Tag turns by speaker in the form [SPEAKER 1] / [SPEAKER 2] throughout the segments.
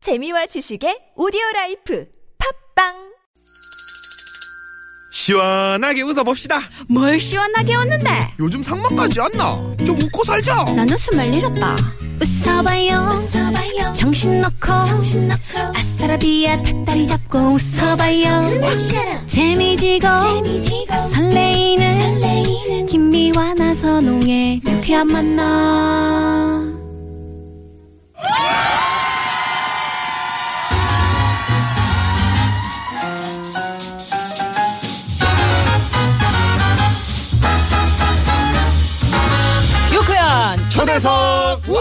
[SPEAKER 1] 재미와 지식의 오디오 라이프 팝빵
[SPEAKER 2] 시원하게 웃어봅시다.
[SPEAKER 3] 뭘 시원하게 웃는데
[SPEAKER 2] 요즘 상만까지 안 나. 좀 웃고 살자.
[SPEAKER 3] 난 웃음을 잃었다 웃어봐요, 웃어봐요. 정신 놓고 아싸라비아 닭다리 잡고 웃어봐요 재미지고, 설레이는, 김미와 나서 농에 유쾌한 만나
[SPEAKER 4] 유쾌한 초대석 와!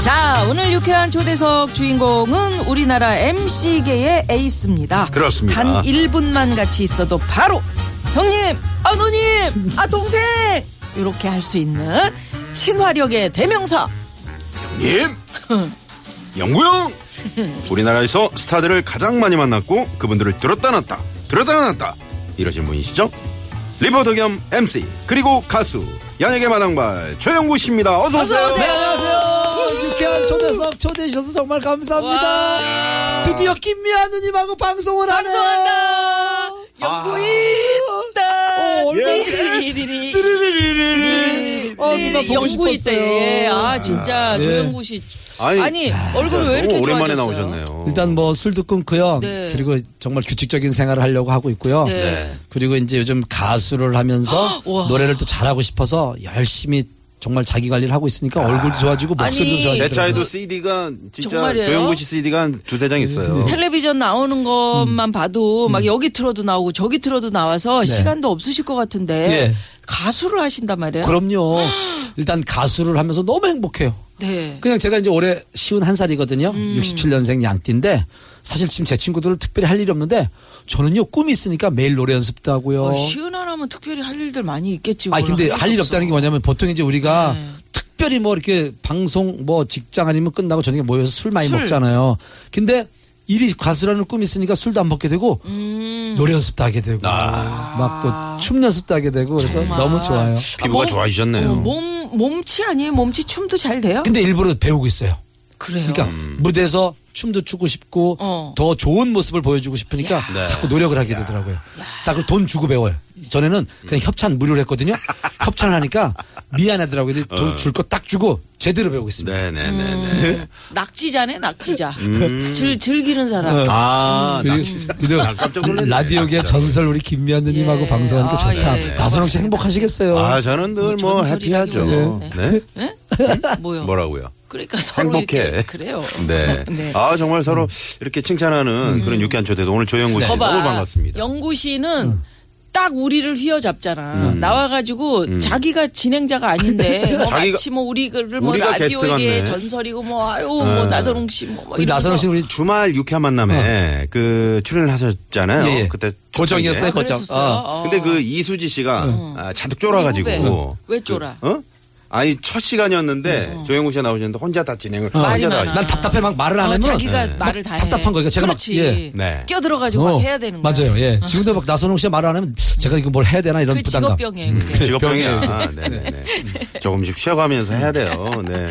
[SPEAKER 4] 자 오늘 유쾌한 초대석 주인공은 우리나라 MC계의 에이스입니다
[SPEAKER 2] 그렇습니다.
[SPEAKER 4] 단 1분만 같이 있어도 바로 형님 아 누님 아 동생 이렇게 할 수 있는 친화력의 대명사
[SPEAKER 2] 님. 영구형. 우리나라에서 스타들을 가장 많이 만났고 그분들을 들었다 놨다 들었다 놨다 이러신 분이시죠? 리포터 겸 MC 그리고 가수 연예계 마당발 최영구 씨입니다. 어서 오세요.
[SPEAKER 5] 네,
[SPEAKER 4] 어서 오세요.
[SPEAKER 6] 안녕하세요. 아, 유쾌한 초대석 초대해 주셔서 정말 감사합니다. 드디어 김미아 누님하고 방송을 하네.
[SPEAKER 4] 방송한다
[SPEAKER 6] 어,
[SPEAKER 4] 연구인다
[SPEAKER 6] 얼마나
[SPEAKER 4] 띠리리리. 예.
[SPEAKER 6] 르르르르르. 어, 누나 보고
[SPEAKER 4] 영구
[SPEAKER 6] 싶었어요.
[SPEAKER 4] 때, 아 진짜
[SPEAKER 6] 네.
[SPEAKER 4] 조영구 씨,
[SPEAKER 2] 아니,
[SPEAKER 4] 아니, 얼굴 왜 이렇게
[SPEAKER 2] 너무 오랜만에
[SPEAKER 4] 좋아졌어요?
[SPEAKER 2] 나오셨네요.
[SPEAKER 6] 일단 뭐 술도 끊고요.
[SPEAKER 4] 네.
[SPEAKER 6] 그리고 정말 규칙적인 생활을 하려고 하고 있고요.
[SPEAKER 4] 네. 아,
[SPEAKER 2] 네.
[SPEAKER 6] 그리고 이제 요즘 가수를 하면서
[SPEAKER 4] 우와.
[SPEAKER 6] 노래를 또 잘하고 싶어서 열심히 정말 자기 관리를 하고 있으니까 얼굴도 좋아지고 목소리도
[SPEAKER 4] 아니,
[SPEAKER 2] 제
[SPEAKER 6] 좋아지고
[SPEAKER 2] 차에도 CD가
[SPEAKER 4] 네,
[SPEAKER 2] 진짜
[SPEAKER 4] 뭐, 정말이에요? 음,
[SPEAKER 2] 조영구 씨 CD가 한 두세 장 있어요.
[SPEAKER 4] 텔레비전 나오는
[SPEAKER 6] 음.
[SPEAKER 4] 것만 봐도 막 여기 틀어도 나오고 저기 틀어도 나와서 시간도 없으실 것 같은데
[SPEAKER 6] 네. 예.
[SPEAKER 4] 가수를 하신단 말이에요.
[SPEAKER 6] 그럼요.
[SPEAKER 4] 아.
[SPEAKER 6] 일단 가수를 하면서 너무 행복해요.
[SPEAKER 4] 네.
[SPEAKER 6] 그냥 제가 이제 올해 쉬운 한 살이거든요.
[SPEAKER 4] 음.
[SPEAKER 6] 67년생 양띠인데 사실 지금 제 친구들은 특별히 할 일이 없는데 저는요 꿈이 있으니까 매일 노래 연습도 하고요.
[SPEAKER 4] 어, 쉬운 하라면 특별히 할 일들 많이 있겠지. 음,
[SPEAKER 6] 아 근데 할 일 없다는 게 뭐냐면 보통 이제 우리가
[SPEAKER 4] 네.
[SPEAKER 6] 특별히 뭐 이렇게 방송 뭐 직장 아니면 끝나고 저녁에 모여서 술 많이
[SPEAKER 4] 술.
[SPEAKER 6] 먹잖아요. 근데 일이 가수라는 꿈이 있으니까 술도 안 먹게 되고
[SPEAKER 4] 음.
[SPEAKER 6] 노래 연습도 하게 되고 막 또 춤 연습도 하게 되고 그래서 너무 좋아요.
[SPEAKER 4] 뭐,
[SPEAKER 2] 피부가
[SPEAKER 4] 어,
[SPEAKER 2] 좋아지셨네요.
[SPEAKER 4] 몸 몸치 아니에요? 몸치 춤도 잘 돼요?
[SPEAKER 6] 근데 일부러 배우고 있어요.
[SPEAKER 4] 그래요.
[SPEAKER 6] 그러니까
[SPEAKER 2] 음.
[SPEAKER 6] 무대에서 춤도 추고 싶고
[SPEAKER 4] 어.
[SPEAKER 6] 더 좋은 모습을 보여주고 싶으니까
[SPEAKER 2] 네.
[SPEAKER 6] 자꾸 노력을 하게 되더라고요. 딱돈 주고 배워요. 전에는 그냥 협찬 무료로 했거든요. 협찬을 하니까 미안하더라고요. 근데
[SPEAKER 2] 어.
[SPEAKER 6] 돈 줄 거 딱 주고 제대로 배우고
[SPEAKER 2] 네.
[SPEAKER 6] 있습니다.
[SPEAKER 2] 네네네네.
[SPEAKER 4] 음. 낙지자네 낙지자.
[SPEAKER 2] 음.
[SPEAKER 4] 즐 즐기는 사람.
[SPEAKER 2] 아, 나 진짜.
[SPEAKER 6] 그리고
[SPEAKER 2] 나 깜짝 놀랐네.
[SPEAKER 6] 라디오계 전설 우리 김미아 누님하고
[SPEAKER 4] 예.
[SPEAKER 6] 방송하니까
[SPEAKER 4] 아,
[SPEAKER 6] 좋다.
[SPEAKER 4] 예.
[SPEAKER 6] 나선홍 씨
[SPEAKER 4] 음.
[SPEAKER 6] 행복하시겠어요.
[SPEAKER 2] 아, 저는 늘 뭐 해피하죠.
[SPEAKER 4] 전설이라기보다는.
[SPEAKER 2] 네?
[SPEAKER 4] 예? 뭐요?
[SPEAKER 2] 뭐라고요?
[SPEAKER 4] 그러니까 서로
[SPEAKER 2] 행복해.
[SPEAKER 4] 이렇게 그래요. 음.
[SPEAKER 2] 네. 아, 정말 서로 이렇게 칭찬하는 그런 유쾌한 초대도 오늘 조영구
[SPEAKER 4] 네.
[SPEAKER 2] 씨
[SPEAKER 4] 거봐.
[SPEAKER 2] 네. 너무 반갑습니다. 음.
[SPEAKER 4] 영구 씨는 딱 우리를 휘어잡잖아. 나와가지고 자기가 진행자가 아닌데 뭐
[SPEAKER 2] 음. 자기가-
[SPEAKER 4] 마치 뭐 우리를 뭐
[SPEAKER 2] 우리가 게스트 같네. 음.
[SPEAKER 4] 라디오에 전설이고 뭐 아유 뭐 나선홍 씨뭐
[SPEAKER 6] 우리 나선홍 씨 우리
[SPEAKER 2] 주말 유쾌한
[SPEAKER 4] 어.
[SPEAKER 2] 만남에 그 출연을 하셨잖아요.
[SPEAKER 6] 예, 예.
[SPEAKER 2] 그때
[SPEAKER 6] 고정이었어요,
[SPEAKER 2] 초창기에.
[SPEAKER 6] 거죠.
[SPEAKER 4] 그랬었어요.
[SPEAKER 6] 어.
[SPEAKER 2] 근데 그 이수지 씨가 아, 잔뜩 쫄아가지고.
[SPEAKER 4] 후배. 왜 쫄아?
[SPEAKER 2] 그, 어? 아니, 첫 시간이었는데 조영구 씨가 나오셨는데 혼자 다 진행을.
[SPEAKER 4] 말이
[SPEAKER 2] 혼자 다
[SPEAKER 4] 많아.
[SPEAKER 2] 하셨어요.
[SPEAKER 6] 난 답답해 막 말을 안
[SPEAKER 4] 어,
[SPEAKER 6] 하면
[SPEAKER 4] 자기가
[SPEAKER 6] 막
[SPEAKER 4] 말을 다 해.
[SPEAKER 6] 네. 답답한 거니까 제가
[SPEAKER 4] 그렇지.
[SPEAKER 6] 막 예.
[SPEAKER 2] 네.
[SPEAKER 4] 껴들어가지고
[SPEAKER 6] 어,
[SPEAKER 4] 막 해야 되는 거야.
[SPEAKER 6] 맞아요. 예. 지금도 막 나선홍 씨가 말을 안 하면 제가 이거 뭘 해야 되나 이런
[SPEAKER 4] 그
[SPEAKER 6] 부담감.
[SPEAKER 4] 직업병이에요. 그게.
[SPEAKER 2] 음. 직업병이야. 아, 네네네. 조금씩 쉬어가면서 해야 돼요. 네.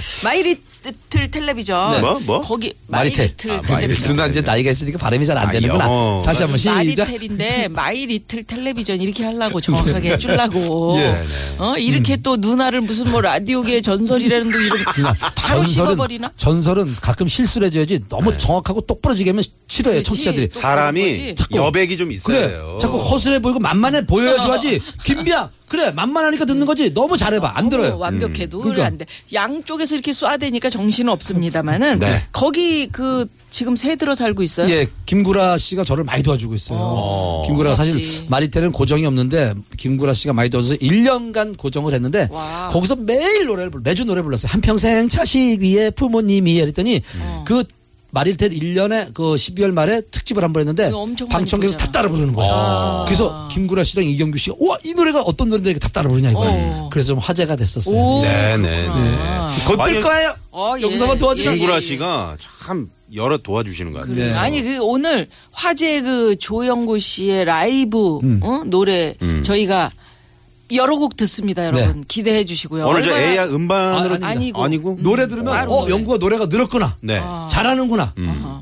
[SPEAKER 4] 마이리틀 텔레비전.
[SPEAKER 2] 네. 뭐? 뭐?
[SPEAKER 4] 거기
[SPEAKER 6] 마리텔.
[SPEAKER 4] 마이리틀
[SPEAKER 2] 아,
[SPEAKER 4] 텔레비전.
[SPEAKER 2] 마이리텔.
[SPEAKER 6] 누나 이제 나이가 있으니까 발음이 잘 안
[SPEAKER 2] 아,
[SPEAKER 6] 되는구나.
[SPEAKER 2] 영어.
[SPEAKER 6] 다시 한번 시작. 네.
[SPEAKER 4] 마리텔인데 마이리틀 텔레비전 이렇게 하려고 정확하게 해주려고
[SPEAKER 6] 예,
[SPEAKER 4] 어 이렇게
[SPEAKER 6] 음.
[SPEAKER 4] 또 누나를 무슨 뭐 라디오계의 전설이라는 또 이름 바로 씹어버리나?
[SPEAKER 6] 전설은 가끔 실수를 해줘야지 너무
[SPEAKER 2] 네.
[SPEAKER 6] 정확하고 똑부러지게 하면 싫어해요
[SPEAKER 4] 그렇지.
[SPEAKER 6] 청취자들이.
[SPEAKER 4] 또
[SPEAKER 2] 사람이
[SPEAKER 4] 그런 거지.
[SPEAKER 2] 여백이 좀 있어야
[SPEAKER 6] 그래
[SPEAKER 2] 돼요.
[SPEAKER 6] 자꾸 허술해 보이고 만만해 보여야 좋아하지. 김비야 그래 만만하니까 듣는 거지. 너무 잘해봐 안
[SPEAKER 4] 어,
[SPEAKER 6] 들어요.
[SPEAKER 4] 완벽해도
[SPEAKER 6] 그러니까.
[SPEAKER 4] 안 돼. 양쪽에서 이렇게 쏴대니까 정신은 없습니다만은
[SPEAKER 2] 네.
[SPEAKER 4] 거기 그 지금 새 들어 살고 있어요.
[SPEAKER 6] 예, 김구라 씨가 저를 많이 도와주고 있어요. 김구라 가
[SPEAKER 4] 고맙지.
[SPEAKER 6] 사실 마리텔은 고정이 없는데 김구라 씨가 많이 도와줘서 1년간 고정을 했는데
[SPEAKER 4] 와.
[SPEAKER 6] 거기서 매일 노래를 불- 매주 노래 불렀어요. 한 평생 자식 위에 부모님이 그랬더니
[SPEAKER 4] 음. 어.
[SPEAKER 6] 그 마리텔 1년에 그 12월 말에 특집을 한 번 했는데
[SPEAKER 4] 이거 엄청 많이
[SPEAKER 6] 방청객에서
[SPEAKER 4] 부르잖아.
[SPEAKER 6] 다 따라 부르는 거예요. 그래서 김구라 씨랑 이경규 씨가 와 이 노래가 어떤 노래인데 이렇게 다 따라 부르냐 이거예요. 그래서 좀 화제가 됐었어요.
[SPEAKER 4] 어. 오.
[SPEAKER 2] 네네네.
[SPEAKER 6] 곧
[SPEAKER 2] 아니,
[SPEAKER 6] 뜰 거예요.
[SPEAKER 4] 어, 예.
[SPEAKER 6] 여기서만 도와주면
[SPEAKER 4] 예, 예.
[SPEAKER 2] 김구라 씨가 참 여러 도와주시는 것 같아요.
[SPEAKER 6] 네.
[SPEAKER 4] 그래요. 아니 그 오늘
[SPEAKER 6] 음.
[SPEAKER 2] 음.
[SPEAKER 4] 화제 그 조영구 씨의 라이브 어? 노래 저희가 여러 곡 듣습니다,
[SPEAKER 6] 네.
[SPEAKER 4] 여러분. 기대해 주시고요.
[SPEAKER 2] 오늘 저
[SPEAKER 4] 얼마나-
[SPEAKER 2] 에이야 음반으로
[SPEAKER 6] 아,
[SPEAKER 4] 아니고.
[SPEAKER 2] 아니고?
[SPEAKER 6] 노래 들으면
[SPEAKER 4] 따로
[SPEAKER 6] 어
[SPEAKER 4] 노래.
[SPEAKER 6] 영구가 아, 노래가 늘었구나.
[SPEAKER 2] 네.
[SPEAKER 6] 잘하는구나.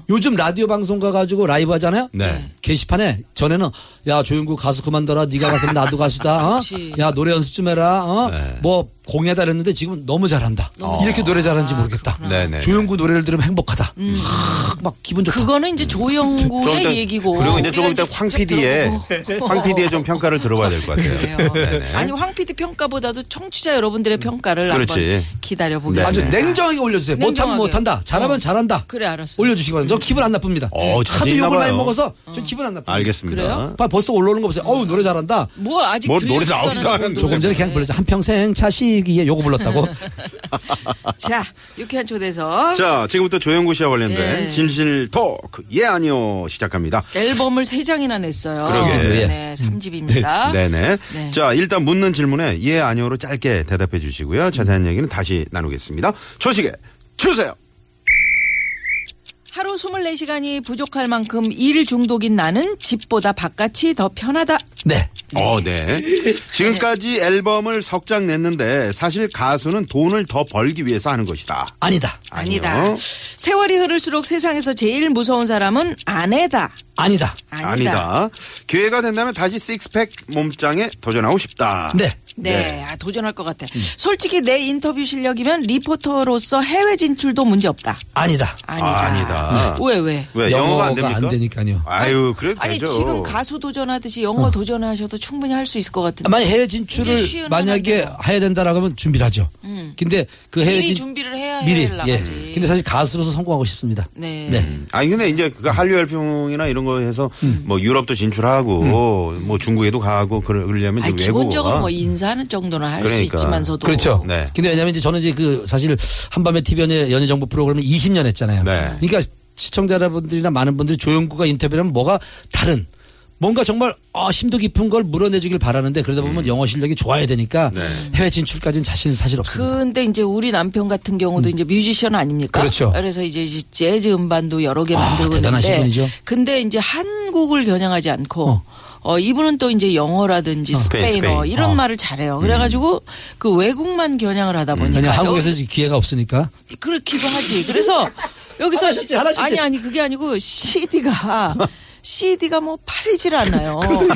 [SPEAKER 6] 요즘 라디오 방송 가가지고 라이브 하잖아요.
[SPEAKER 2] 음. 네.
[SPEAKER 6] 게시판에 전에는 야 조영구 가수 그만둬라. 네가 가수면 나도 가수다. 어?
[SPEAKER 4] 그치.
[SPEAKER 6] 야 노래 연습 좀 해라. 어?
[SPEAKER 2] 네.
[SPEAKER 6] 뭐 공예다 그랬는데 지금 너무 잘한다. 이렇게 노래 잘하는지 모르겠다.
[SPEAKER 2] 네네.
[SPEAKER 6] 조영구 노래를 들으면 행복하다. 막, 막 기분 좋다.
[SPEAKER 4] 음. 그거는 이제
[SPEAKER 2] 조금
[SPEAKER 4] 조영구의
[SPEAKER 2] 이따-
[SPEAKER 4] 얘기고.
[SPEAKER 2] 그리고 이제 조금 이따
[SPEAKER 4] 우리가
[SPEAKER 2] 황
[SPEAKER 4] 직접
[SPEAKER 2] PD의 네.
[SPEAKER 4] 들어보고.
[SPEAKER 2] 황 PD의 좀 평가를 들어봐야 될 것
[SPEAKER 4] 그래요.
[SPEAKER 2] 같아요. 네네.
[SPEAKER 4] 아니 황 PD 평가보다도 청취자 여러분들의 평가를
[SPEAKER 2] 그렇지.
[SPEAKER 4] 한번 기다려 보겠습니다.
[SPEAKER 6] 아주
[SPEAKER 2] 네.
[SPEAKER 6] 냉정하게 올려주세요. 못하면
[SPEAKER 4] 냉정하게.
[SPEAKER 6] 못한다. 잘하면
[SPEAKER 4] 어.
[SPEAKER 6] 잘한다.
[SPEAKER 4] 그래, 알았어.
[SPEAKER 6] 올려주시기 바랍니다. 저 기분 안 나쁩니다.
[SPEAKER 4] 음,
[SPEAKER 2] 어, 자신
[SPEAKER 6] 하도
[SPEAKER 2] 있나
[SPEAKER 6] 욕을 많이
[SPEAKER 2] 봐요.
[SPEAKER 6] 먹어서 저 기분 안 나쁩니다.
[SPEAKER 2] 알겠습니다.
[SPEAKER 4] 그래요?
[SPEAKER 6] 봐, 벌써 올라오는 거 보세요. 어우 노래 잘한다.
[SPEAKER 4] 뭐 아직
[SPEAKER 2] 뭐
[SPEAKER 4] 들리지도
[SPEAKER 2] 노래 나오지도
[SPEAKER 4] 않았는데.
[SPEAKER 2] 않았는데.
[SPEAKER 6] 조금 전에 그냥 불렀죠. 한평생 차시기에 요거 불렀다고.
[SPEAKER 4] 자 유쾌한 초대석
[SPEAKER 2] 자, 지금부터 조영구 씨와 관련된
[SPEAKER 4] 예.
[SPEAKER 2] 진실 토크 예 아니요 시작합니다.
[SPEAKER 4] 앨범을 세 장이나 냈어요.
[SPEAKER 2] 그러게.
[SPEAKER 6] 예.
[SPEAKER 4] 네, 삼집입니다
[SPEAKER 2] 네네.
[SPEAKER 4] 네.
[SPEAKER 2] 자, 일단 묻는 질문에 예, 아니요로 짧게 대답해 주시고요. 자세한 얘기는 다시 나누겠습니다. 초식에 주세요.
[SPEAKER 4] 하루 24시간이 부족할 만큼 일 중독인 나는 집보다 바깥이 더 편하다.
[SPEAKER 6] 네.
[SPEAKER 2] 어, 네. 지금까지 앨범을 석 장 냈는데 사실 가수는 돈을 더 벌기 위해서 하는 것이다.
[SPEAKER 6] 아니다.
[SPEAKER 4] 아니다.
[SPEAKER 2] 아니요.
[SPEAKER 4] 세월이 흐를수록 세상에서 제일 무서운 사람은 아내다.
[SPEAKER 6] 아니다.
[SPEAKER 4] 아니다.
[SPEAKER 2] 기회가 된다면 다시 식스팩 몸짱에 도전하고 싶다.
[SPEAKER 6] 네.
[SPEAKER 4] 네, 아, 도전할 것 같아.
[SPEAKER 2] 음.
[SPEAKER 4] 솔직히 내 인터뷰 실력이면 리포터로서 해외 진출도 문제 없다.
[SPEAKER 6] 아니다.
[SPEAKER 4] 아니다.
[SPEAKER 2] 아니다.
[SPEAKER 4] 왜 왜?
[SPEAKER 2] 왜 영어가 안 됩니까?
[SPEAKER 6] 안 되니까요.
[SPEAKER 2] 아유, 그래도
[SPEAKER 4] 아니
[SPEAKER 2] 되죠.
[SPEAKER 4] 지금 가수 도전하듯이 영어 도전하셔도 충분히 할 수 있을 것
[SPEAKER 2] 아,
[SPEAKER 4] 같은데.
[SPEAKER 6] 만약 해외
[SPEAKER 4] 이제
[SPEAKER 6] 진출을
[SPEAKER 4] 쉬운
[SPEAKER 6] 만약에
[SPEAKER 4] 하나인데요.
[SPEAKER 6] 해야 된다라고 하면 준비를 하죠. 근데 그 해외
[SPEAKER 4] 미리
[SPEAKER 6] 진
[SPEAKER 4] 준비를 해야 해
[SPEAKER 6] 미리. 예.
[SPEAKER 4] 나가지.
[SPEAKER 6] 근데 사실 가수로서 성공하고 싶습니다.
[SPEAKER 4] 네.
[SPEAKER 6] 음.
[SPEAKER 2] 아니 근데 이제 그 한류 열풍이나 이런 거 해서 뭐 유럽도 진출하고
[SPEAKER 6] 음.
[SPEAKER 2] 뭐 중국에도 가고 그러려면
[SPEAKER 4] 아니,
[SPEAKER 2] 이제 외국어가
[SPEAKER 4] 기본적으로 뭐 인사하는 정도는 할 수
[SPEAKER 2] 그러니까.
[SPEAKER 4] 있지만서도
[SPEAKER 6] 그렇죠.
[SPEAKER 2] 네.
[SPEAKER 6] 근데 왜냐면 이제 저는 이제 그 사실 한밤의 TV 연예, 연예 정보 프로그램을 20년 했잖아요.
[SPEAKER 2] 네.
[SPEAKER 6] 그러니까 시청자 여러분들이나 많은 분들이 조영구가 인터뷰하면 뭐가 다른 뭔가 정말 아, 심도 깊은 걸 물어내주길 바라는데 그러다 보면 영어 실력이 좋아야 되니까
[SPEAKER 2] 음. 네.
[SPEAKER 6] 해외 진출까지는 자신은 사실 없습니다.
[SPEAKER 4] 근데 이제 우리 남편 같은 경우도 이제 뮤지션 아닙니까?
[SPEAKER 6] 음. 그렇죠.
[SPEAKER 4] 래서 이제 이제 재즈 음반도 여러 개
[SPEAKER 6] 아,
[SPEAKER 4] 만들고
[SPEAKER 6] 대단하신
[SPEAKER 4] 있는데
[SPEAKER 6] 분이죠.
[SPEAKER 4] 근데 이제 한국을 겨냥하지 않고 어. 이분은 또 이제 영어라든지 스페인어
[SPEAKER 2] 스페인, 스페인.
[SPEAKER 4] 이런 말을 잘해요. 그래가지고 그 외국만 겨냥을 하다 보니까
[SPEAKER 6] 왜냐 음. 한국에서
[SPEAKER 4] 여기-
[SPEAKER 6] 이제 기회가 없으니까
[SPEAKER 4] 그렇기도 하지. 그래서 여기서
[SPEAKER 6] 하나씩 있지, 하나씩
[SPEAKER 4] 아니
[SPEAKER 6] 있지.
[SPEAKER 4] 아니 그게 아니고 CD가 CD가 뭐 팔리질 않아요.
[SPEAKER 6] 그러니까.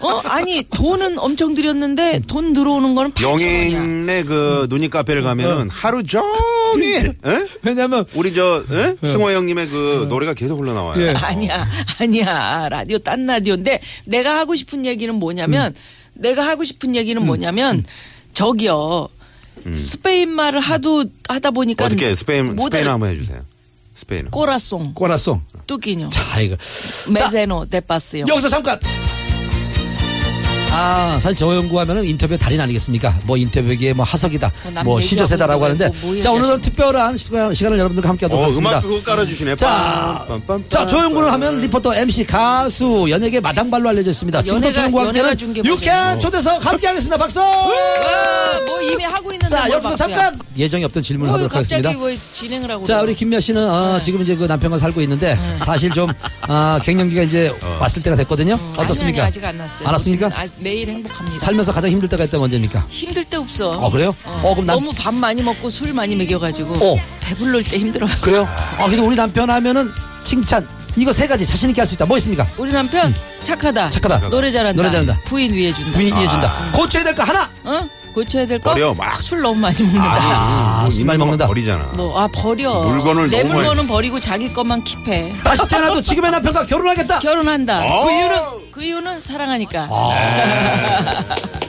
[SPEAKER 4] 어 아니 돈은 엄청 들였는데 돈 들어오는 거는 8천 원이야.
[SPEAKER 2] 영인의 그
[SPEAKER 4] 음.
[SPEAKER 2] 눈이 카페를 가면은 하루 종일
[SPEAKER 6] 어.
[SPEAKER 2] 에?
[SPEAKER 6] 왜냐면
[SPEAKER 2] 우리 저 에? 승호 형님의 그 노래가 계속 흘러나와요.
[SPEAKER 6] 어.
[SPEAKER 2] 어,
[SPEAKER 6] 예.
[SPEAKER 4] 아니야, 아니야. 라디오 딴 라디오인데 내가 하고 싶은 얘기는 뭐냐면
[SPEAKER 6] 음.
[SPEAKER 4] 내가 하고 싶은 얘기는 뭐냐면 저기요.
[SPEAKER 6] 음.
[SPEAKER 4] 스페인 말을 하도 하다 보니까
[SPEAKER 2] 어떻게 스페인
[SPEAKER 4] 모델
[SPEAKER 2] 스페인어 한번 해주세요. 스페인어.
[SPEAKER 4] 꼬라송
[SPEAKER 6] 꼬라송
[SPEAKER 4] 뚜기뇨
[SPEAKER 6] 자 이거
[SPEAKER 4] 메세노 데파스요.
[SPEAKER 6] 여기서 잠깐. 아, 사실 저 연구하면은 인터뷰 달인 아니겠습니까? 뭐 인터뷰기에 뭐 하석이다,
[SPEAKER 4] 뭐남
[SPEAKER 6] 뭐
[SPEAKER 4] 얘기하고
[SPEAKER 6] 시조세다라고 하는데,
[SPEAKER 4] 있는데 뭐뭐
[SPEAKER 6] 자 오늘은
[SPEAKER 4] 얘기하시는
[SPEAKER 6] 특별한 시간, 시간을 여러분들과 함께하도록
[SPEAKER 2] 어,
[SPEAKER 6] 하겠습니다.
[SPEAKER 2] 음악 그거 깔아주시네.
[SPEAKER 6] 자,
[SPEAKER 2] 빰빰빰.
[SPEAKER 6] 자 조영구를 하면 리포터 MC 가수 연예계 마당발로 알려져 있습니다. 지금부터
[SPEAKER 4] 연예가-
[SPEAKER 6] 조영구와
[SPEAKER 4] 연예가
[SPEAKER 6] 함께는
[SPEAKER 4] 준게
[SPEAKER 6] 유쾌한 초대석 함께하겠습니다. 박수.
[SPEAKER 4] 와, 뭐 이미 하고 있는데
[SPEAKER 6] 자
[SPEAKER 4] 뭘 박수야.
[SPEAKER 6] 여기서 잠깐 예정이 없던 질문을
[SPEAKER 4] 뭐
[SPEAKER 6] 하도록
[SPEAKER 4] 갑자기
[SPEAKER 6] 하겠습니다.
[SPEAKER 4] 왜 진행을 하고
[SPEAKER 6] 자
[SPEAKER 4] 그래요?
[SPEAKER 6] 우리 김미아 씨는 어,
[SPEAKER 4] 네.
[SPEAKER 6] 지금 이제 그 남편과 살고 있는데 사실 좀 아, 갱년기가 이제 왔을 때가 됐거든요. 어떻습니까?
[SPEAKER 4] 아니, 아니, 아직 안 났어요.
[SPEAKER 6] 안 왔습니까?
[SPEAKER 4] 아, 매일 행복합니다.
[SPEAKER 6] 살면서 가장 힘들 때가 있다면 언제입니까?
[SPEAKER 4] 힘들 때 없어.
[SPEAKER 6] 어 그래요? 어, 그럼 남
[SPEAKER 4] 너무 밥 많이 먹고 술 많이 먹여가지고
[SPEAKER 6] 어.
[SPEAKER 4] 배불러올 때 힘들어요.
[SPEAKER 6] 그래요? 아 근데 우리 남편 하면은 칭찬 이거 세 가지 자신 있게 할 수 있다. 뭐 있습니까?
[SPEAKER 4] 우리 남편 착하다.
[SPEAKER 6] 착하다.
[SPEAKER 4] 노래 잘한다.
[SPEAKER 6] 노래 잘한다.
[SPEAKER 4] 부인 위해 준다.
[SPEAKER 6] 분위기 해준다. 고쳐야 될 거 하나.
[SPEAKER 4] 어? 고쳐야 될 거?
[SPEAKER 2] 버려, 막.
[SPEAKER 4] 술 너무 많이 먹는다.
[SPEAKER 6] 아,
[SPEAKER 2] 뭐
[SPEAKER 6] 술
[SPEAKER 2] 있는
[SPEAKER 6] 많이
[SPEAKER 2] 거
[SPEAKER 6] 먹는다.
[SPEAKER 2] 버리잖아.
[SPEAKER 4] 뭐 아 버려.
[SPEAKER 2] 물건을
[SPEAKER 4] 내
[SPEAKER 2] 너무
[SPEAKER 4] 물건은
[SPEAKER 2] 많이-
[SPEAKER 4] 버리고 자기 것만 킵해.
[SPEAKER 6] 다시 태어나도 지금의 남편과 결혼하겠다.
[SPEAKER 4] 결혼한다.
[SPEAKER 2] 어.
[SPEAKER 4] 그 이유는 그 이유는 사랑하니까.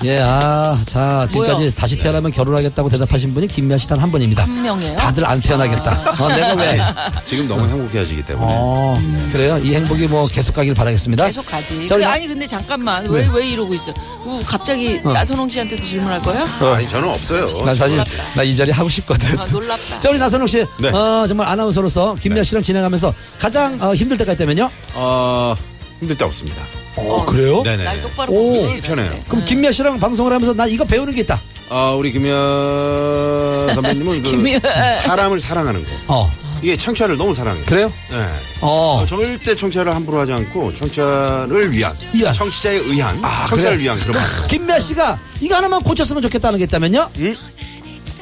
[SPEAKER 6] 예, 아, 자 지금까지
[SPEAKER 4] 뭐요? 음,
[SPEAKER 6] 다시 태어나면 결혼하겠다고 대답하신 분이 김미아 씨 단 한 분입니다.
[SPEAKER 4] 한 명이에요?
[SPEAKER 6] 다들 안 태어나겠다. 어, 내가 왜?
[SPEAKER 2] 지금 너무 행복해하시기 때문에.
[SPEAKER 6] 어, 그래요. 이 행복이 뭐 계속 가길 바라겠습니다.
[SPEAKER 4] 계속 가지.
[SPEAKER 6] 자, 우리
[SPEAKER 4] 근데
[SPEAKER 6] 나-
[SPEAKER 4] 아니 근데 잠깐만 왜 왜 이러고 있어? 어, 갑자기 나선홍 씨한테도 질문할 거야?
[SPEAKER 2] 아니 저는 없어요.
[SPEAKER 6] 난 사실 나 이 자리 하고 싶거든.
[SPEAKER 4] 아, 놀랍다.
[SPEAKER 6] 자 우리 나선홍 씨,
[SPEAKER 2] 네.
[SPEAKER 6] 어, 정말 아나운서로서 김미아 씨랑 진행하면서 가장 어, 힘들 때가 있다면요?
[SPEAKER 2] 어 힘들 때 없습니다.
[SPEAKER 6] 어 그래요?
[SPEAKER 2] 네네.
[SPEAKER 4] 날 똑바로
[SPEAKER 6] 오.
[SPEAKER 4] 보고 네.
[SPEAKER 2] 편해요.
[SPEAKER 6] 그럼 김미아 씨랑 방송을 하면서 나 이거 배우는 게 있다.
[SPEAKER 2] 아 우리 김현 선배님은 그
[SPEAKER 4] 김현.
[SPEAKER 2] 사람을 사랑하는 거.
[SPEAKER 6] 어.
[SPEAKER 2] 이게 청취자를 너무 사랑해요.
[SPEAKER 6] 그래요?
[SPEAKER 2] 네.
[SPEAKER 6] 어.
[SPEAKER 2] 어, 절대 청취자를 함부로 하지 않고 청취자를 위한,
[SPEAKER 6] 이한. 아,
[SPEAKER 2] 청취자에 의한, 청취자를 위한 그런 방송.
[SPEAKER 6] 김미아 씨가 이거 하나만 고쳤으면 좋겠다는 게 있다면요?
[SPEAKER 4] 음,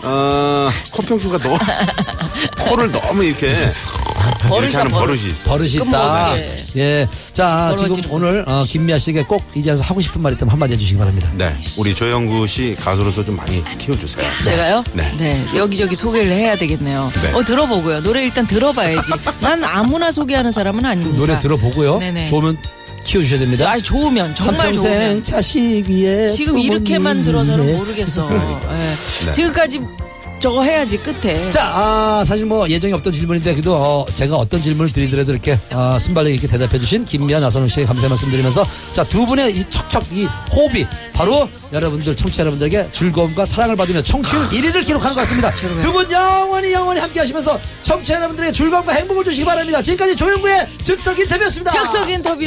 [SPEAKER 2] 어, 코평수가 너무 코를 너무 이렇게 이렇게 하는 버릇이 있어.
[SPEAKER 6] 버릇이
[SPEAKER 4] 그럼 뭐
[SPEAKER 6] 있다.
[SPEAKER 4] 어떡해.
[SPEAKER 6] 예. 자, 지금
[SPEAKER 4] 벌어지는
[SPEAKER 6] 오늘 어, 김미아 씨에게 꼭 이제서 하고 싶은 말 있다면 한마디 해주시기 바랍니다.
[SPEAKER 2] 네, 우리 조영구 씨 가수로서 좀 많이 키워주세요.
[SPEAKER 4] 제가요?
[SPEAKER 2] 네.
[SPEAKER 4] 여기저기 소개를 해야 되겠네요.
[SPEAKER 2] 네.
[SPEAKER 4] 어, 들어보고요. 노래 일단 들어봐야지. 난 아무나 소개하는 사람은 아닙니다.
[SPEAKER 6] 노래 들어보고요.
[SPEAKER 4] 네네.
[SPEAKER 6] 좋으면 키워주셔야 됩니다.
[SPEAKER 4] 아, 좋으면, 정말
[SPEAKER 6] 한평생
[SPEAKER 4] 좋으면.
[SPEAKER 6] 자식 위에
[SPEAKER 4] 지금
[SPEAKER 6] 네, 부모님 네.
[SPEAKER 4] 이렇게만 들어서는 뭐
[SPEAKER 6] 위에.
[SPEAKER 4] 모르겠어. 예.
[SPEAKER 2] 네.
[SPEAKER 4] 지금까지 저거 해야지 끝에.
[SPEAKER 6] 자, 아, 사실 뭐 예정이 없던 질문인데 그래도 어, 제가 어떤 질문을 드리더라도 이렇게 아, 순발력 있게 대답해주신 김미아 나선홍 씨에 감사의 말씀드리면서 자 두 분의 이 척척 이 호흡이 바로 여러분들 청취자 여러분들에게 즐거움과 사랑을 받으며 청취율
[SPEAKER 4] 아.
[SPEAKER 6] 1위를 기록하는 것 같습니다. 두 분 영원히 영원히 함께하시면서 청취자 여러분들에게 즐거움과 행복을 주시기 바랍니다. 지금까지 조영구의 즉석 인터뷰였습니다.
[SPEAKER 4] 즉석 인터뷰.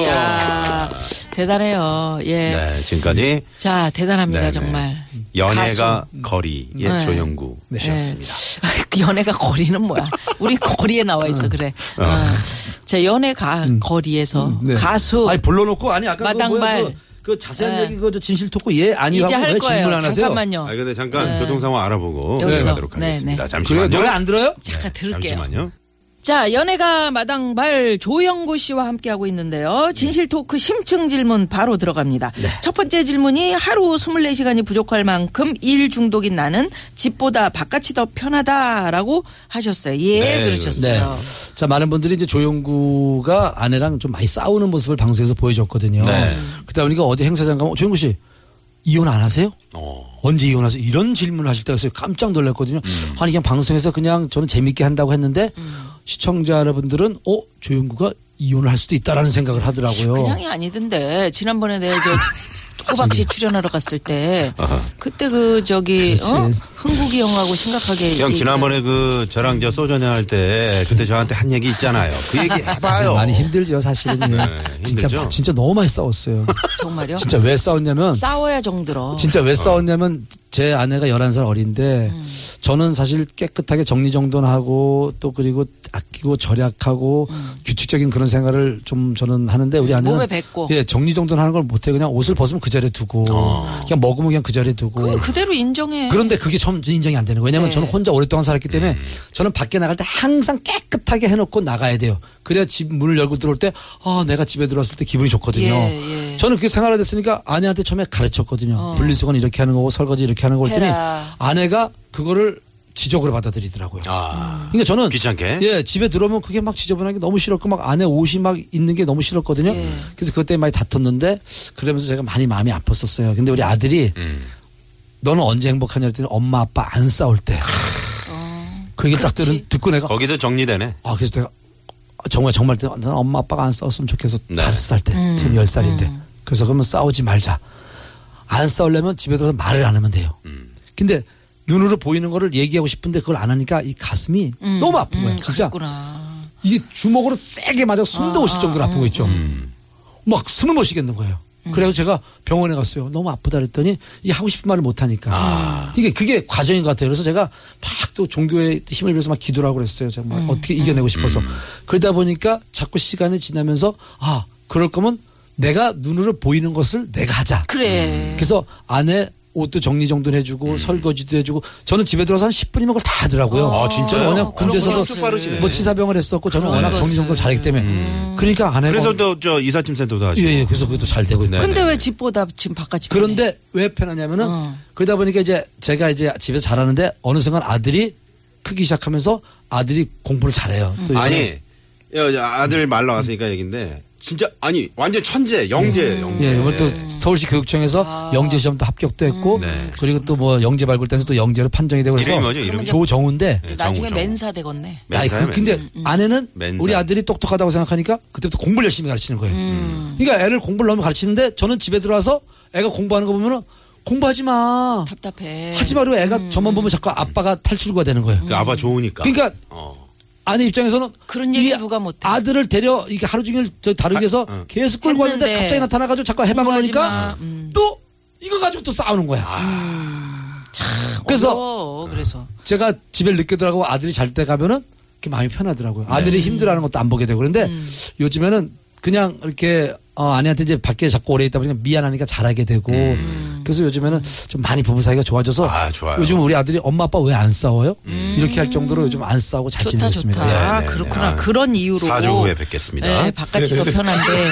[SPEAKER 4] 이야, 대단해요. 예.
[SPEAKER 2] 네, 지금까지
[SPEAKER 4] 자, 대단합니다,
[SPEAKER 2] 네네.
[SPEAKER 4] 정말.
[SPEAKER 2] 연애가
[SPEAKER 6] 음.
[SPEAKER 4] 가수.
[SPEAKER 2] 거리의 예,
[SPEAKER 4] 네.
[SPEAKER 2] 조영구 씨였습니다.
[SPEAKER 4] 예. 그 연애가 거리는 뭐야? 우리 거리에 나와 있어 그래. 어. 자 연애가 거리에서
[SPEAKER 6] 네.
[SPEAKER 4] 가수
[SPEAKER 6] 아니 불러놓고 아니 아까
[SPEAKER 4] 마당발.
[SPEAKER 6] 그, 뭐야, 그, 그 자세한
[SPEAKER 4] 네.
[SPEAKER 6] 얘기 그거 저 진실 토크 예 아니요
[SPEAKER 4] 이제
[SPEAKER 6] 하고
[SPEAKER 4] 할
[SPEAKER 6] 왜 질문
[SPEAKER 4] 거예요.
[SPEAKER 6] 안 하세요?
[SPEAKER 4] 잠깐만요.
[SPEAKER 2] 아, 근데 잠깐
[SPEAKER 6] 네.
[SPEAKER 2] 교통 상황 알아보고
[SPEAKER 4] 여기서.
[SPEAKER 2] 가도록
[SPEAKER 4] 네,
[SPEAKER 2] 하겠습니다.
[SPEAKER 4] 네.
[SPEAKER 6] 그래요?
[SPEAKER 2] 잠시만요.
[SPEAKER 6] 노래 안 들어요?
[SPEAKER 4] 잠깐 들을게요.
[SPEAKER 2] 잠시만요.
[SPEAKER 4] 자, 연예가 마당발 조영구 씨와 함께하고 있는데요. 진실 토크 심층 질문 바로 들어갑니다.
[SPEAKER 6] 네.
[SPEAKER 4] 첫 번째 질문이 하루 24시간이 부족할 만큼 일 중독인 나는 집보다 바깥이 더 편하다라고 하셨어요. 예,
[SPEAKER 2] 네,
[SPEAKER 6] 네.
[SPEAKER 4] 그러셨어요.
[SPEAKER 6] 자, 많은 분들이 이제 조영구가 아내랑 좀 많이 싸우는 모습을 방송에서 보여줬거든요.
[SPEAKER 2] 네.
[SPEAKER 6] 그러다 보니까 어디 행사장 가면 어, 조영구 씨 이혼 안 하세요?
[SPEAKER 2] 어.
[SPEAKER 6] 언제 이혼하세요? 이런 질문을 하실 때가 있어요. 깜짝 놀랐거든요. 아니 그냥 방송에서 그냥 저는 재밌게 한다고 했는데
[SPEAKER 4] 음.
[SPEAKER 6] 시청자 여러분들은 어 조영구가 이혼을 할 수도 있다라는 생각을 하더라고요.
[SPEAKER 4] 그냥이 아니던데 지난번에 내가 저 호박 씨 출연하러 갔을 때 그때 그 저기 어?
[SPEAKER 6] 그렇지.
[SPEAKER 4] 흥국이 형하고 심각하게
[SPEAKER 2] 형
[SPEAKER 4] 얘기를-
[SPEAKER 2] 지난번에 그 저랑 저 소전야 할 때 그때 저한테 한 얘기 있잖아요. 그 얘기
[SPEAKER 6] 사실
[SPEAKER 2] 해봐요. 네,
[SPEAKER 6] 많이 힘들죠 사실은. 진짜
[SPEAKER 2] 힘들죠?
[SPEAKER 6] 진짜 너무 많이 싸웠어요.
[SPEAKER 4] 정말요?
[SPEAKER 6] 진짜 왜 싸웠냐면
[SPEAKER 4] 싸워야 정들어.
[SPEAKER 6] 진짜 왜 싸웠냐면 제 아내가 11살 어린데
[SPEAKER 4] 음.
[SPEAKER 6] 저는 사실 깨끗하게 정리정돈하고 또 그리고 아끼고 절약하고 규칙적인 그런 생활을 좀 저는 하는데 우리
[SPEAKER 4] 음.
[SPEAKER 6] 아내는
[SPEAKER 4] 네, 몸에 뱉고.
[SPEAKER 6] 예, 정리정돈하는 걸 못해 그냥 옷을 벗으면 그 자리에 두고
[SPEAKER 2] 어.
[SPEAKER 6] 그냥 먹으면 그냥 그 자리에 두고
[SPEAKER 4] 그럼 그대로 인정해.
[SPEAKER 6] 그런데 그게 전 인정이 안 되는 거예요. 왜냐하면
[SPEAKER 4] 네.
[SPEAKER 6] 저는 혼자 오랫동안 살았기 때문에
[SPEAKER 2] 음.
[SPEAKER 6] 저는 밖에 나갈 때 항상 깨끗하게 해놓고 나가야 돼요. 그래야 집 문을 열고 들어올 때 아, 내가 집에 들어왔을 때 기분이 좋거든요.
[SPEAKER 4] 예, 예.
[SPEAKER 6] 저는 그게 생활화 됐으니까 아내한테 처음에 가르쳤거든요. 분리수거는 이렇게 하는 거고 설거지 이렇게 하는 거고 했더니
[SPEAKER 4] 해라.
[SPEAKER 6] 아내가 그거를 지적으로 받아들이더라고요.
[SPEAKER 2] 아.
[SPEAKER 6] 그러니까 저는
[SPEAKER 2] 귀찮게?
[SPEAKER 6] 예 집에 들어오면 그게 막 지저분하게 너무 싫었고 막 안에 옷이 막 있는 게 너무 싫었거든요. 그래서 그때 많이 다퉜는데 그러면서 제가 많이 마음이 아팠었어요. 근데 우리 아들이 너는 언제 행복하냐 했더니 엄마 아빠 안 싸울 때. 그 얘기를 딱 들은, 듣고 내가
[SPEAKER 2] 거기서 정리되네.
[SPEAKER 6] 아 그래서 내가 정말 정말 때 나는 엄마 아빠가 안 싸웠으면 좋겠어
[SPEAKER 2] 네.
[SPEAKER 6] 다섯 살 때 지금 열 살인데 그래서 그러면 싸우지 말자 안 싸우려면 집에 가서 말을 안 하면 돼요 근데 눈으로 보이는 거를 얘기하고 싶은데 그걸 안 하니까 이 가슴이 너무 아픈 거예요 진짜
[SPEAKER 4] 음, 그랬구나.
[SPEAKER 6] 이게 주먹으로 세게 맞아 숨도 못 쉴 정도로 아픈 거 있죠
[SPEAKER 2] 음.
[SPEAKER 6] 막 숨을 못 쉬겠는 거예요 그래서 제가 병원에 갔어요. 너무 아프다 그랬더니 이 하고 싶은 말을 못 하니까
[SPEAKER 2] 아.
[SPEAKER 6] 이게 그게 과정인 것 같아요. 그래서 제가 막 또 종교의 힘을 빌어서 막 기도를 하고 그랬어요. 제가
[SPEAKER 2] 음.
[SPEAKER 6] 막 어떻게 이겨내고 싶어서 그러다 보니까 자꾸 시간이 지나면서 아 그럴 거면 내가 눈으로 보이는 것을 내가 하자.
[SPEAKER 4] 그래.
[SPEAKER 6] 그래서 안에 옷도
[SPEAKER 2] 음.
[SPEAKER 6] 정리정돈해주고 설거지도 해주고 저는 집에 들어서 한 10분이면 그걸 다 하더라고요.
[SPEAKER 2] 아, 진짜요?
[SPEAKER 6] 저는
[SPEAKER 2] 아,
[SPEAKER 6] 워낙 군대에서도
[SPEAKER 4] 그런 것을.
[SPEAKER 2] 빠르시네.
[SPEAKER 6] 뭐 치사병을 했었고 저는 워낙
[SPEAKER 4] 것을.
[SPEAKER 6] 정리정돈 잘했기 때문에 그러니까 안에
[SPEAKER 2] 그래서 또 저 이삿짐 센터도 하시고.
[SPEAKER 6] 예예 그래서 그것도 잘 되고 있네.
[SPEAKER 4] 근데 왜 집보다 지금 바깥이 편해?
[SPEAKER 6] 그런데 왜 편하냐면은 그러다 보니까 이제 제가 이제 집에서 잘하는데 어느 순간 아들이 크기 시작하면서 아들이 공부를 잘해요. 또 이번에
[SPEAKER 2] 아니 여- 여- 예, 아들 말 나왔으니까 얘긴데 진짜 아니 완전 천재 영재 영재.
[SPEAKER 6] 예, 이번 또 서울시 교육청에서 영재 시험도 합격도 했고
[SPEAKER 2] 네.
[SPEAKER 6] 그리고 또 뭐 영재 발굴단에서 또 영재로 판정이 되고 그래서
[SPEAKER 2] 이름이 뭐죠, 이름이?
[SPEAKER 6] 조정우인데
[SPEAKER 2] 예,
[SPEAKER 4] 나중에
[SPEAKER 2] 정우, 정우.
[SPEAKER 4] 맨사 되겠네.
[SPEAKER 6] 아니,
[SPEAKER 2] 맨사야,
[SPEAKER 6] 그- 근데
[SPEAKER 2] 맨사.
[SPEAKER 6] 아내는
[SPEAKER 2] 맨사.
[SPEAKER 6] 우리 아들이 똑똑하다고 생각하니까 그때부터 공부를 열심히 가르치는 거예요.
[SPEAKER 4] 음.
[SPEAKER 6] 그러니까 애를 공부를 너무 가르치는데 저는 집에 들어와서 애가 공부하는 거 보면은 공부하지 마.
[SPEAKER 4] 답답해.
[SPEAKER 6] 하지 마고 애가
[SPEAKER 4] 음.
[SPEAKER 6] 저만 보면 자꾸 아빠가 탈출구가 되는 거예요.
[SPEAKER 2] 그 아빠 좋으니까.
[SPEAKER 6] 그러니까
[SPEAKER 2] 어.
[SPEAKER 6] 아내 입장에서는
[SPEAKER 4] 그런 얘기
[SPEAKER 6] 이
[SPEAKER 4] 누가 못해.
[SPEAKER 6] 아들을 데려 이게 하루 종일 저 다루기 해서
[SPEAKER 2] 아, 어.
[SPEAKER 6] 계속 끌고 왔는데
[SPEAKER 4] 했는데 음.
[SPEAKER 6] 갑자기 나타나가지고 자꾸 해방을
[SPEAKER 4] 공부하지
[SPEAKER 6] 하니까
[SPEAKER 4] 마. 음.
[SPEAKER 2] 아.
[SPEAKER 6] 또 이거 가지고 또 싸우는 거야.
[SPEAKER 4] 참.
[SPEAKER 6] 그래서-
[SPEAKER 4] 어려워, 그래서
[SPEAKER 6] 제가 집에 늦게 들어가고 아들이 잘 때 가면은 이렇게 마음이 편하더라고요.
[SPEAKER 2] 네.
[SPEAKER 6] 아들이 힘들어하는 것도 안 보게 되고 그런데
[SPEAKER 2] 음.
[SPEAKER 6] 요즘에는 그냥 이렇게 어, 아내한테 이제 밖에 자꾸 오래 있다 보니까 미안하니까 잘하게 되고 그래서 요즘에는 좀 많이 부부 사이가 좋아져서
[SPEAKER 2] 음. 아, 좋아요. 음.
[SPEAKER 6] 요즘 우리 아들이 엄마 아빠 왜 안 싸워요? 이렇게 할 정도로 요즘 안 싸우고 잘
[SPEAKER 4] 좋다
[SPEAKER 6] 지내고 있습니다. 예.
[SPEAKER 4] 좋다.
[SPEAKER 2] 네, 네,
[SPEAKER 4] 그렇구나.
[SPEAKER 2] 네.
[SPEAKER 4] 그런 이유로 뭐
[SPEAKER 2] 사주 후에 뵙겠습니다. 어.
[SPEAKER 4] 네, 바깥이 더 편한데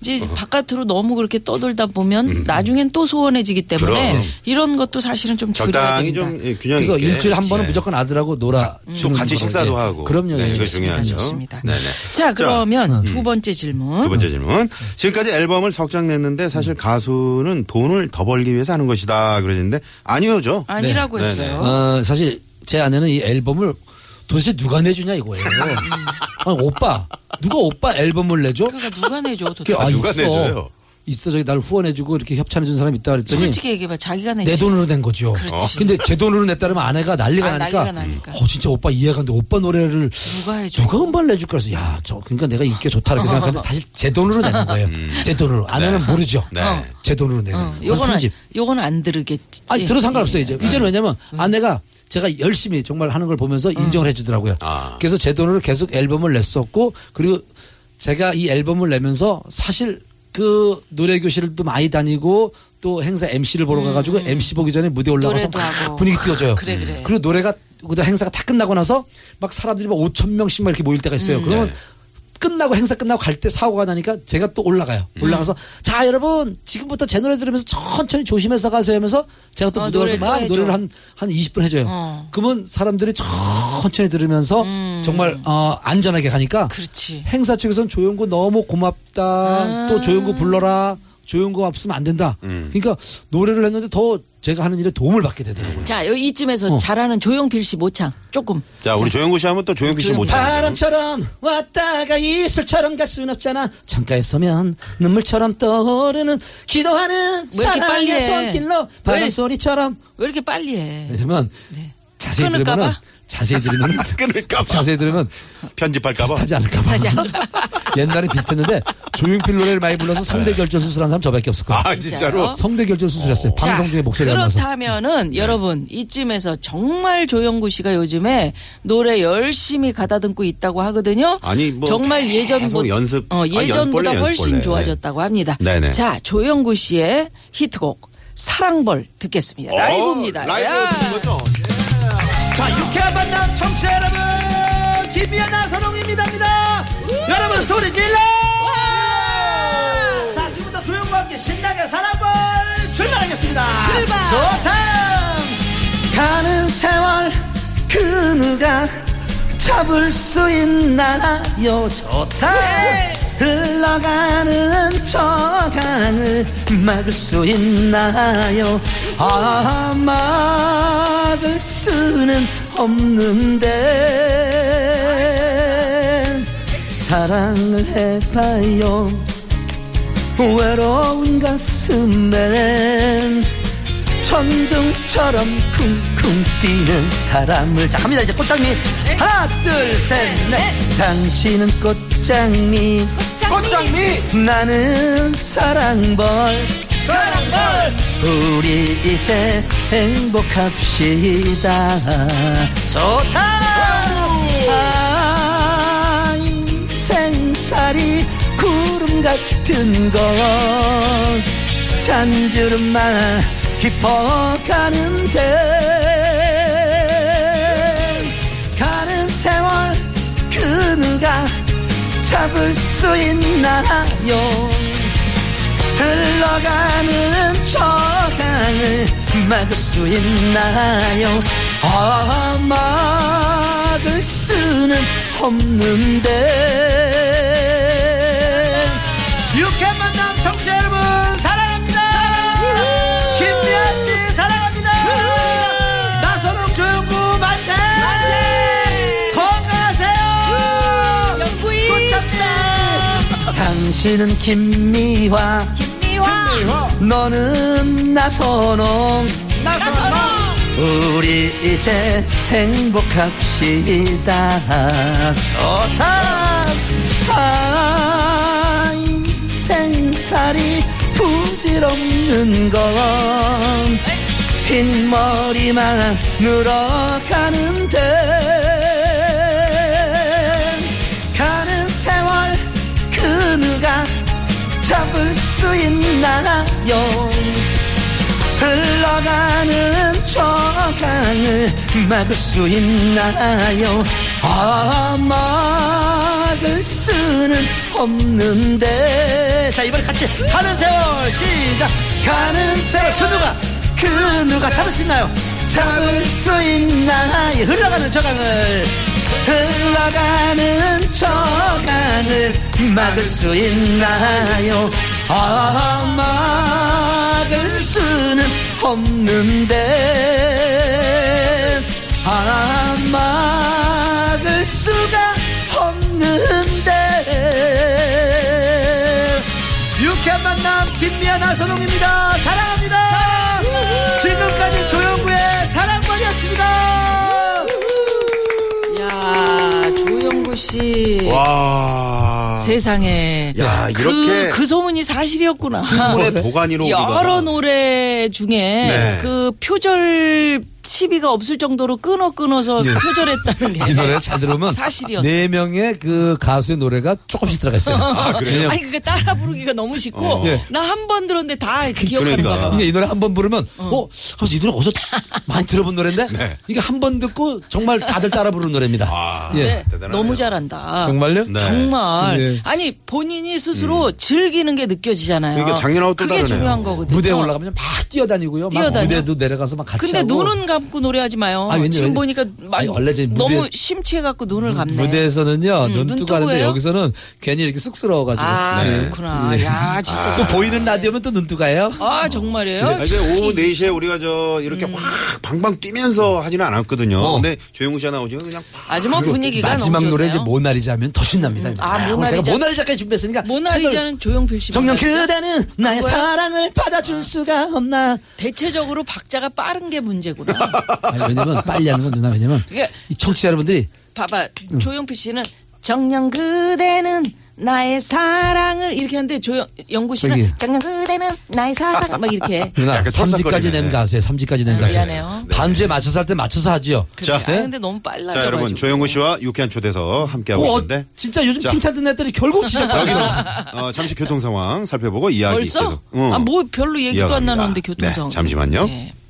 [SPEAKER 4] 이제 바깥으로 너무 그렇게 떠돌다 보면 나중엔 또 소원해지기 때문에
[SPEAKER 2] 음, 그럼.
[SPEAKER 4] 이런 것도 사실은 좀 줄여야
[SPEAKER 2] 적당히
[SPEAKER 4] 된다.
[SPEAKER 2] 좀 예, 균형
[SPEAKER 6] 그래서
[SPEAKER 2] 있게.
[SPEAKER 6] 일주일에 한 번은
[SPEAKER 2] 네.
[SPEAKER 6] 무조건 아들하고 놀아
[SPEAKER 2] 좀
[SPEAKER 6] 주는
[SPEAKER 2] 같이
[SPEAKER 6] 거로.
[SPEAKER 2] 식사도
[SPEAKER 6] 예.
[SPEAKER 2] 하고.
[SPEAKER 6] 그럼요.
[SPEAKER 2] 네,
[SPEAKER 6] 예.
[SPEAKER 2] 이거 중요하죠.
[SPEAKER 4] 좋습니다.
[SPEAKER 2] 네네. 음.
[SPEAKER 4] 자, 그러면 두 번째
[SPEAKER 2] 두
[SPEAKER 4] 질문.
[SPEAKER 2] 번째 질문. 지금까지 앨범을 석장 냈는데 사실 가수는 돈을 더 벌기 위해서 하는 것이다 그러는데 아니오죠.
[SPEAKER 4] 아니라고
[SPEAKER 2] 네.
[SPEAKER 4] 했어요.
[SPEAKER 6] 어, 사실 제 아내는 이 앨범을 도대체 누가 내주냐 이거예요.
[SPEAKER 2] 음.
[SPEAKER 6] 아니, 오빠 누가 오빠 앨범을 내줘?
[SPEAKER 4] 그러니까 누가 내줘 도대체.
[SPEAKER 6] 그게 아,
[SPEAKER 2] 누가
[SPEAKER 6] 있어.
[SPEAKER 2] 내줘요?
[SPEAKER 6] 있어 저기 나를 후원해주고 이렇게 협찬해준 사람 있다 그랬더니
[SPEAKER 4] 솔직히 얘기해봐. 자기가 내
[SPEAKER 6] 내 돈으로 낸 거죠.
[SPEAKER 4] 그렇지.
[SPEAKER 6] 근데 제 돈으로 냈다면 아내가 난리가
[SPEAKER 4] 아,
[SPEAKER 6] 나니까,
[SPEAKER 4] 난리가 나니까.
[SPEAKER 6] 어 진짜 오빠 이해가 안 돼. 오빠 노래를
[SPEAKER 4] 누가 해줘?
[SPEAKER 6] 누가 음반을 내줄까 그래서 야 저 그러니까 내가 인기가 좋다 이렇게 생각하는데 사실 제 돈으로 내는 거예요. 제 돈으로 아내는 모르죠.
[SPEAKER 2] 음. 네. 어.
[SPEAKER 6] 제 돈으로 내는
[SPEAKER 4] 어,
[SPEAKER 6] 거예요.
[SPEAKER 4] 요건 안,
[SPEAKER 6] 집
[SPEAKER 4] 요건 안 들으겠지.
[SPEAKER 6] 네.
[SPEAKER 4] 네. 음.
[SPEAKER 6] 아니 들어 상관없어요 이제 이제는 왜냐면 아내가 제가 열심히 정말 하는 걸 보면서 인정을 해주더라고요.
[SPEAKER 2] 아.
[SPEAKER 6] 그래서 제 돈으로 계속 앨범을 냈었고 그리고 제가 이 앨범을 내면서 사실 그 노래 교실도 많이 다니고 또 행사 MC를 보러 가가지고 MC 보기 전에 무대 올라가서
[SPEAKER 4] 음. 노래도
[SPEAKER 6] 막
[SPEAKER 4] 하고.
[SPEAKER 6] 분위기 띄워줘요.
[SPEAKER 4] 그래, 그래.
[SPEAKER 6] 리고 노래가 그 행사가 다 끝나고 나서 막 사람들이 막 5천 명씩 막 이렇게 모일
[SPEAKER 4] 음.
[SPEAKER 6] 때가 있어요. 그러면
[SPEAKER 2] 네.
[SPEAKER 6] 끝나고 행사 끝나고 갈 때 사고가 나니까 제가 또 올라가요.
[SPEAKER 4] 음.
[SPEAKER 6] 올라가서 자 여러분 지금부터 제 노래 들으면서 천천히 조심해서 가세요 하면서 제가 또
[SPEAKER 4] 어,
[SPEAKER 6] 무대 가서
[SPEAKER 4] 노래를 또
[SPEAKER 6] 막
[SPEAKER 4] 해줘.
[SPEAKER 6] 노래를 한 한 20분 해줘요.
[SPEAKER 4] 어. 음.
[SPEAKER 6] 그러면 사람들이 천천히 들으면서 정말 어, 안전하게 가니까
[SPEAKER 4] 그렇지.
[SPEAKER 6] 행사 측에서는 조용구 너무 고맙다.
[SPEAKER 4] 아.
[SPEAKER 6] 또 조용구 불러라. 조용구 없으면 안 된다.
[SPEAKER 4] 음.
[SPEAKER 6] 그러니까 노래를 했는데 더 제가 하는 일에 도움을 받게 되더라고요.
[SPEAKER 4] 자, 여기 이쯤에서
[SPEAKER 6] 어.
[SPEAKER 4] 잘하는 조용필 씨 모창 조금.
[SPEAKER 2] 자, 우리 조영구 씨 하면 또 조영필 씨
[SPEAKER 4] 조영구.
[SPEAKER 2] 못하요
[SPEAKER 6] 바람처럼 왔다가 이슬처럼 갈 순 없잖아. 창가에 서면 눈물처럼 떠오르는 기도하는
[SPEAKER 4] 왜 이렇게 빨리
[SPEAKER 6] 사랑의
[SPEAKER 4] 해?
[SPEAKER 6] 손길로
[SPEAKER 4] 왜?
[SPEAKER 6] 바람 소리처럼.
[SPEAKER 4] 왜 이렇게 빨리 해?
[SPEAKER 6] 왜냐면 자세히
[SPEAKER 4] 네. 끊을까
[SPEAKER 6] 들으면
[SPEAKER 4] 봐?
[SPEAKER 6] 자세히 들으면
[SPEAKER 2] 끊을까 봐.
[SPEAKER 6] 자세히 들으면
[SPEAKER 2] 편집할까봐.
[SPEAKER 6] 비슷하지 않을까 봐. 옛날에 비슷했는데 조용필 노래를 많이
[SPEAKER 4] 아,
[SPEAKER 6] 불러서 성대 결절 수술한 사람 저밖에 없을 거예요.
[SPEAKER 2] 아, 진짜로?
[SPEAKER 4] 진짜요?
[SPEAKER 6] 성대 결절 수술했어요. 방송 중에 목소리가 안 나서. 네.
[SPEAKER 4] 그렇다면은 여러분 이쯤에서 정말 조영구 씨가 요즘에 노래 열심히 가다듬고 있다고 하거든요.
[SPEAKER 2] 아니, 뭐
[SPEAKER 4] 정말
[SPEAKER 2] 계속
[SPEAKER 4] 예전보,
[SPEAKER 2] 연습,
[SPEAKER 4] 어,
[SPEAKER 2] 아니,
[SPEAKER 4] 예전보다
[SPEAKER 2] 연습벌레,
[SPEAKER 4] 훨씬
[SPEAKER 2] 연습벌레.
[SPEAKER 4] 좋아졌다고 합니다.
[SPEAKER 2] 네네.
[SPEAKER 4] 자 조영구 씨의 히트곡 사랑벌 듣겠습니다. 라이브입니다.
[SPEAKER 2] 어, 라이브
[SPEAKER 4] 야.
[SPEAKER 2] 듣는 거죠?
[SPEAKER 5] 자, 유쾌한 만남 청취자 여러분, 김미연 나선홍입니다입니다. 여러분 소리 질러! 자, 지금부터 조용과 함께 신나게 사랑벌 출발하겠습니다.
[SPEAKER 4] 출발!
[SPEAKER 5] 좋다! 가는 세월 그 누가 잡을 수 있나요? 좋다!
[SPEAKER 4] 예.
[SPEAKER 5] 흘러가는 저 강을 막을 수 있나요? 아, 막을 수는 없는데 사랑을 해봐요 외로운 가슴엔 천둥처럼 쿵쿵 뛰는 사람을 자 갑니다 이제 꽃장미 하나 둘 셋넷 당신은 꽃장미
[SPEAKER 2] 꽃장미!
[SPEAKER 5] 나는 사랑벌 사랑벌 우리 이제 행복합시다 좋다 아 인생살이 구름 같은 것 잔주름만 깊어가는데 가는 세월 그 누가 잡을 수 있나요 흘러가는 저 강을 막을 수 있나요 아 막을 수는 없는데 유쾌한 만남 청취자 여러분 사랑합니다 김미아씨 사랑합니다 나선홍 조영구 만세 건강하세요 당신은 김미화, 너는 나선홍 우리 이제 행복합시다 좋다 아 인생살이 부질없는 건 흰 머리만 늘어가는데 가는 세월 그 누가 잡을 수 있나요 흘러가는 저 강을 막을 수 있나요 아 막을 수는 없는데 자 이번에 같이 가는 세월 시작 가는 세월 그 누가 그 누가 잡을 수 있나요 잡을 수 있나요 흘러가는 저 강을 흘러가는 저 강을 막을 수 있나요 아 막을 수는 없는데 아 막을 수가 없는데 유쾌한 만남 김미아 나선홍입니다 사랑합니다 지금까지 조영구의 사랑만이었습니다
[SPEAKER 4] 야 조영구 씨.
[SPEAKER 2] 와.
[SPEAKER 4] 네. 세상에.
[SPEAKER 2] 야,
[SPEAKER 4] 그,
[SPEAKER 2] 이렇게- 뭐,
[SPEAKER 4] 그 소문이 사실이었구나.
[SPEAKER 2] 분의 도가니로
[SPEAKER 4] 여러
[SPEAKER 2] 우리가-
[SPEAKER 4] 노래 중에
[SPEAKER 2] 네.
[SPEAKER 4] 그 표절 시비가 없을 정도로 끊어 끊어서 표절했다는 게.
[SPEAKER 6] 예. 이 노래 잘 들으면
[SPEAKER 4] 사실이었어.
[SPEAKER 6] 네 명의 그 가수의 노래가 조금씩 들어가 있어요. 왜냐면
[SPEAKER 4] 아니 그게 따라 부르기가 너무 쉽고
[SPEAKER 2] 어.
[SPEAKER 6] 네, 예.
[SPEAKER 4] 나 한 번 들었는데 다 기억하는
[SPEAKER 2] 그러니까.
[SPEAKER 4] 거야.
[SPEAKER 6] 이게 이 노래 한 번 부르면 어, 그래서 이 노래 어디서 많이 들어본 노래인데
[SPEAKER 2] 네.
[SPEAKER 6] 이게 한 번 듣고 정말 다들 따라 부르는 노래입니다. 아,
[SPEAKER 2] 아,
[SPEAKER 6] 예.
[SPEAKER 4] 네,
[SPEAKER 2] 대단하네요.
[SPEAKER 4] 너무 잘한다.
[SPEAKER 6] 정말요?
[SPEAKER 2] 네.
[SPEAKER 4] 정말.
[SPEAKER 6] 예. 음.
[SPEAKER 4] 아니 본인이 스스로 즐기는 게 느껴지잖아요.
[SPEAKER 2] 그러니까 작년하고 또
[SPEAKER 4] 그게
[SPEAKER 2] 다르네요.
[SPEAKER 4] 중요한 거거든요.
[SPEAKER 6] 무대에 올라가면 막 뛰어다니고요.
[SPEAKER 4] 그러니까 뛰어다녀.
[SPEAKER 6] 막 무대도 내려가서 막 같이
[SPEAKER 4] 근데
[SPEAKER 6] 하고.
[SPEAKER 4] 눈은 감고 노래하지 마요.
[SPEAKER 6] 아, 왠지,
[SPEAKER 4] 지금
[SPEAKER 6] 왠지.
[SPEAKER 4] 보니까 막
[SPEAKER 6] 아니, 원래 이제 무대-
[SPEAKER 4] 너무 심취해 갖고 눈을 감네.
[SPEAKER 6] 무대에서는요
[SPEAKER 4] 음, 눈
[SPEAKER 6] 눈 뜨고 하는데
[SPEAKER 4] 뜨고예요?
[SPEAKER 6] 여기서는 괜히 이렇게 쑥스러워가지고 네.
[SPEAKER 4] 아
[SPEAKER 6] 예.
[SPEAKER 4] 그렇구나. 야 진짜.
[SPEAKER 6] 또 보이는 라디오면 또 눈 뜨가요.
[SPEAKER 4] 아 정말이에요?
[SPEAKER 2] 아, 이제 오후 4시에 우리가 저 이렇게 확 방방 뛰면서 하지는 않았거든요. 근데 조영구 씨 아나운서가 그냥 확
[SPEAKER 4] 아주 뭐 분위기가
[SPEAKER 6] 마지막
[SPEAKER 4] 너무
[SPEAKER 6] 노래
[SPEAKER 4] 좋네요.
[SPEAKER 6] 이제 뭐 모나리자 하면 더 신납니다.
[SPEAKER 4] 아,
[SPEAKER 6] 오늘
[SPEAKER 4] 모나리자.
[SPEAKER 6] 제가 모나리자까지 준비했으니까 책을-
[SPEAKER 4] 모나리자는 아, 조용필 씨.
[SPEAKER 6] 정녕
[SPEAKER 4] 모나리자.
[SPEAKER 6] 그대는 나의
[SPEAKER 4] 그거야?
[SPEAKER 6] 사랑을 받아줄 수가 없나
[SPEAKER 4] 대체적으로 박자가 빠른 게 문제구나.
[SPEAKER 6] 아니, 왜냐면 빨리 하는 건 누나 왜냐면
[SPEAKER 4] 이게-
[SPEAKER 6] 이 청취자 여러분들이
[SPEAKER 4] 봐봐 조용필 씨는 정녕 그대는 나의 사랑을 이렇게 하는데 조영 영구 씨는
[SPEAKER 6] 저기.
[SPEAKER 4] 정녕 그대는 나의 사랑 막 이렇게 해.
[SPEAKER 6] 누나
[SPEAKER 2] 약간
[SPEAKER 6] 3지까지
[SPEAKER 2] 털썩거리네.
[SPEAKER 6] 낸 가수예요 3지까지 낸 가수
[SPEAKER 4] 아, 미안해요.
[SPEAKER 6] 반주에 맞춰서 할 때 맞춰서 하지요
[SPEAKER 4] 그래. 아
[SPEAKER 2] 자.
[SPEAKER 4] 근데 너무 빨라.
[SPEAKER 2] 자, 여러분, 조영구 씨와 유쾌한 초대서 함께하고
[SPEAKER 6] 오,
[SPEAKER 2] 있는데.
[SPEAKER 6] 어, 진짜 요즘
[SPEAKER 2] 자.
[SPEAKER 6] 칭찬 듣는 애들이 결국 지적받아
[SPEAKER 2] 여기서 어, 잠시 교통 상황 살펴보고 이야기
[SPEAKER 4] 벌써?
[SPEAKER 2] 계속, 응.
[SPEAKER 4] 아 뭐 별로 얘기도 안
[SPEAKER 2] 이어갑니다.
[SPEAKER 4] 나눴는데 교통상.
[SPEAKER 2] 네, 잠시만요.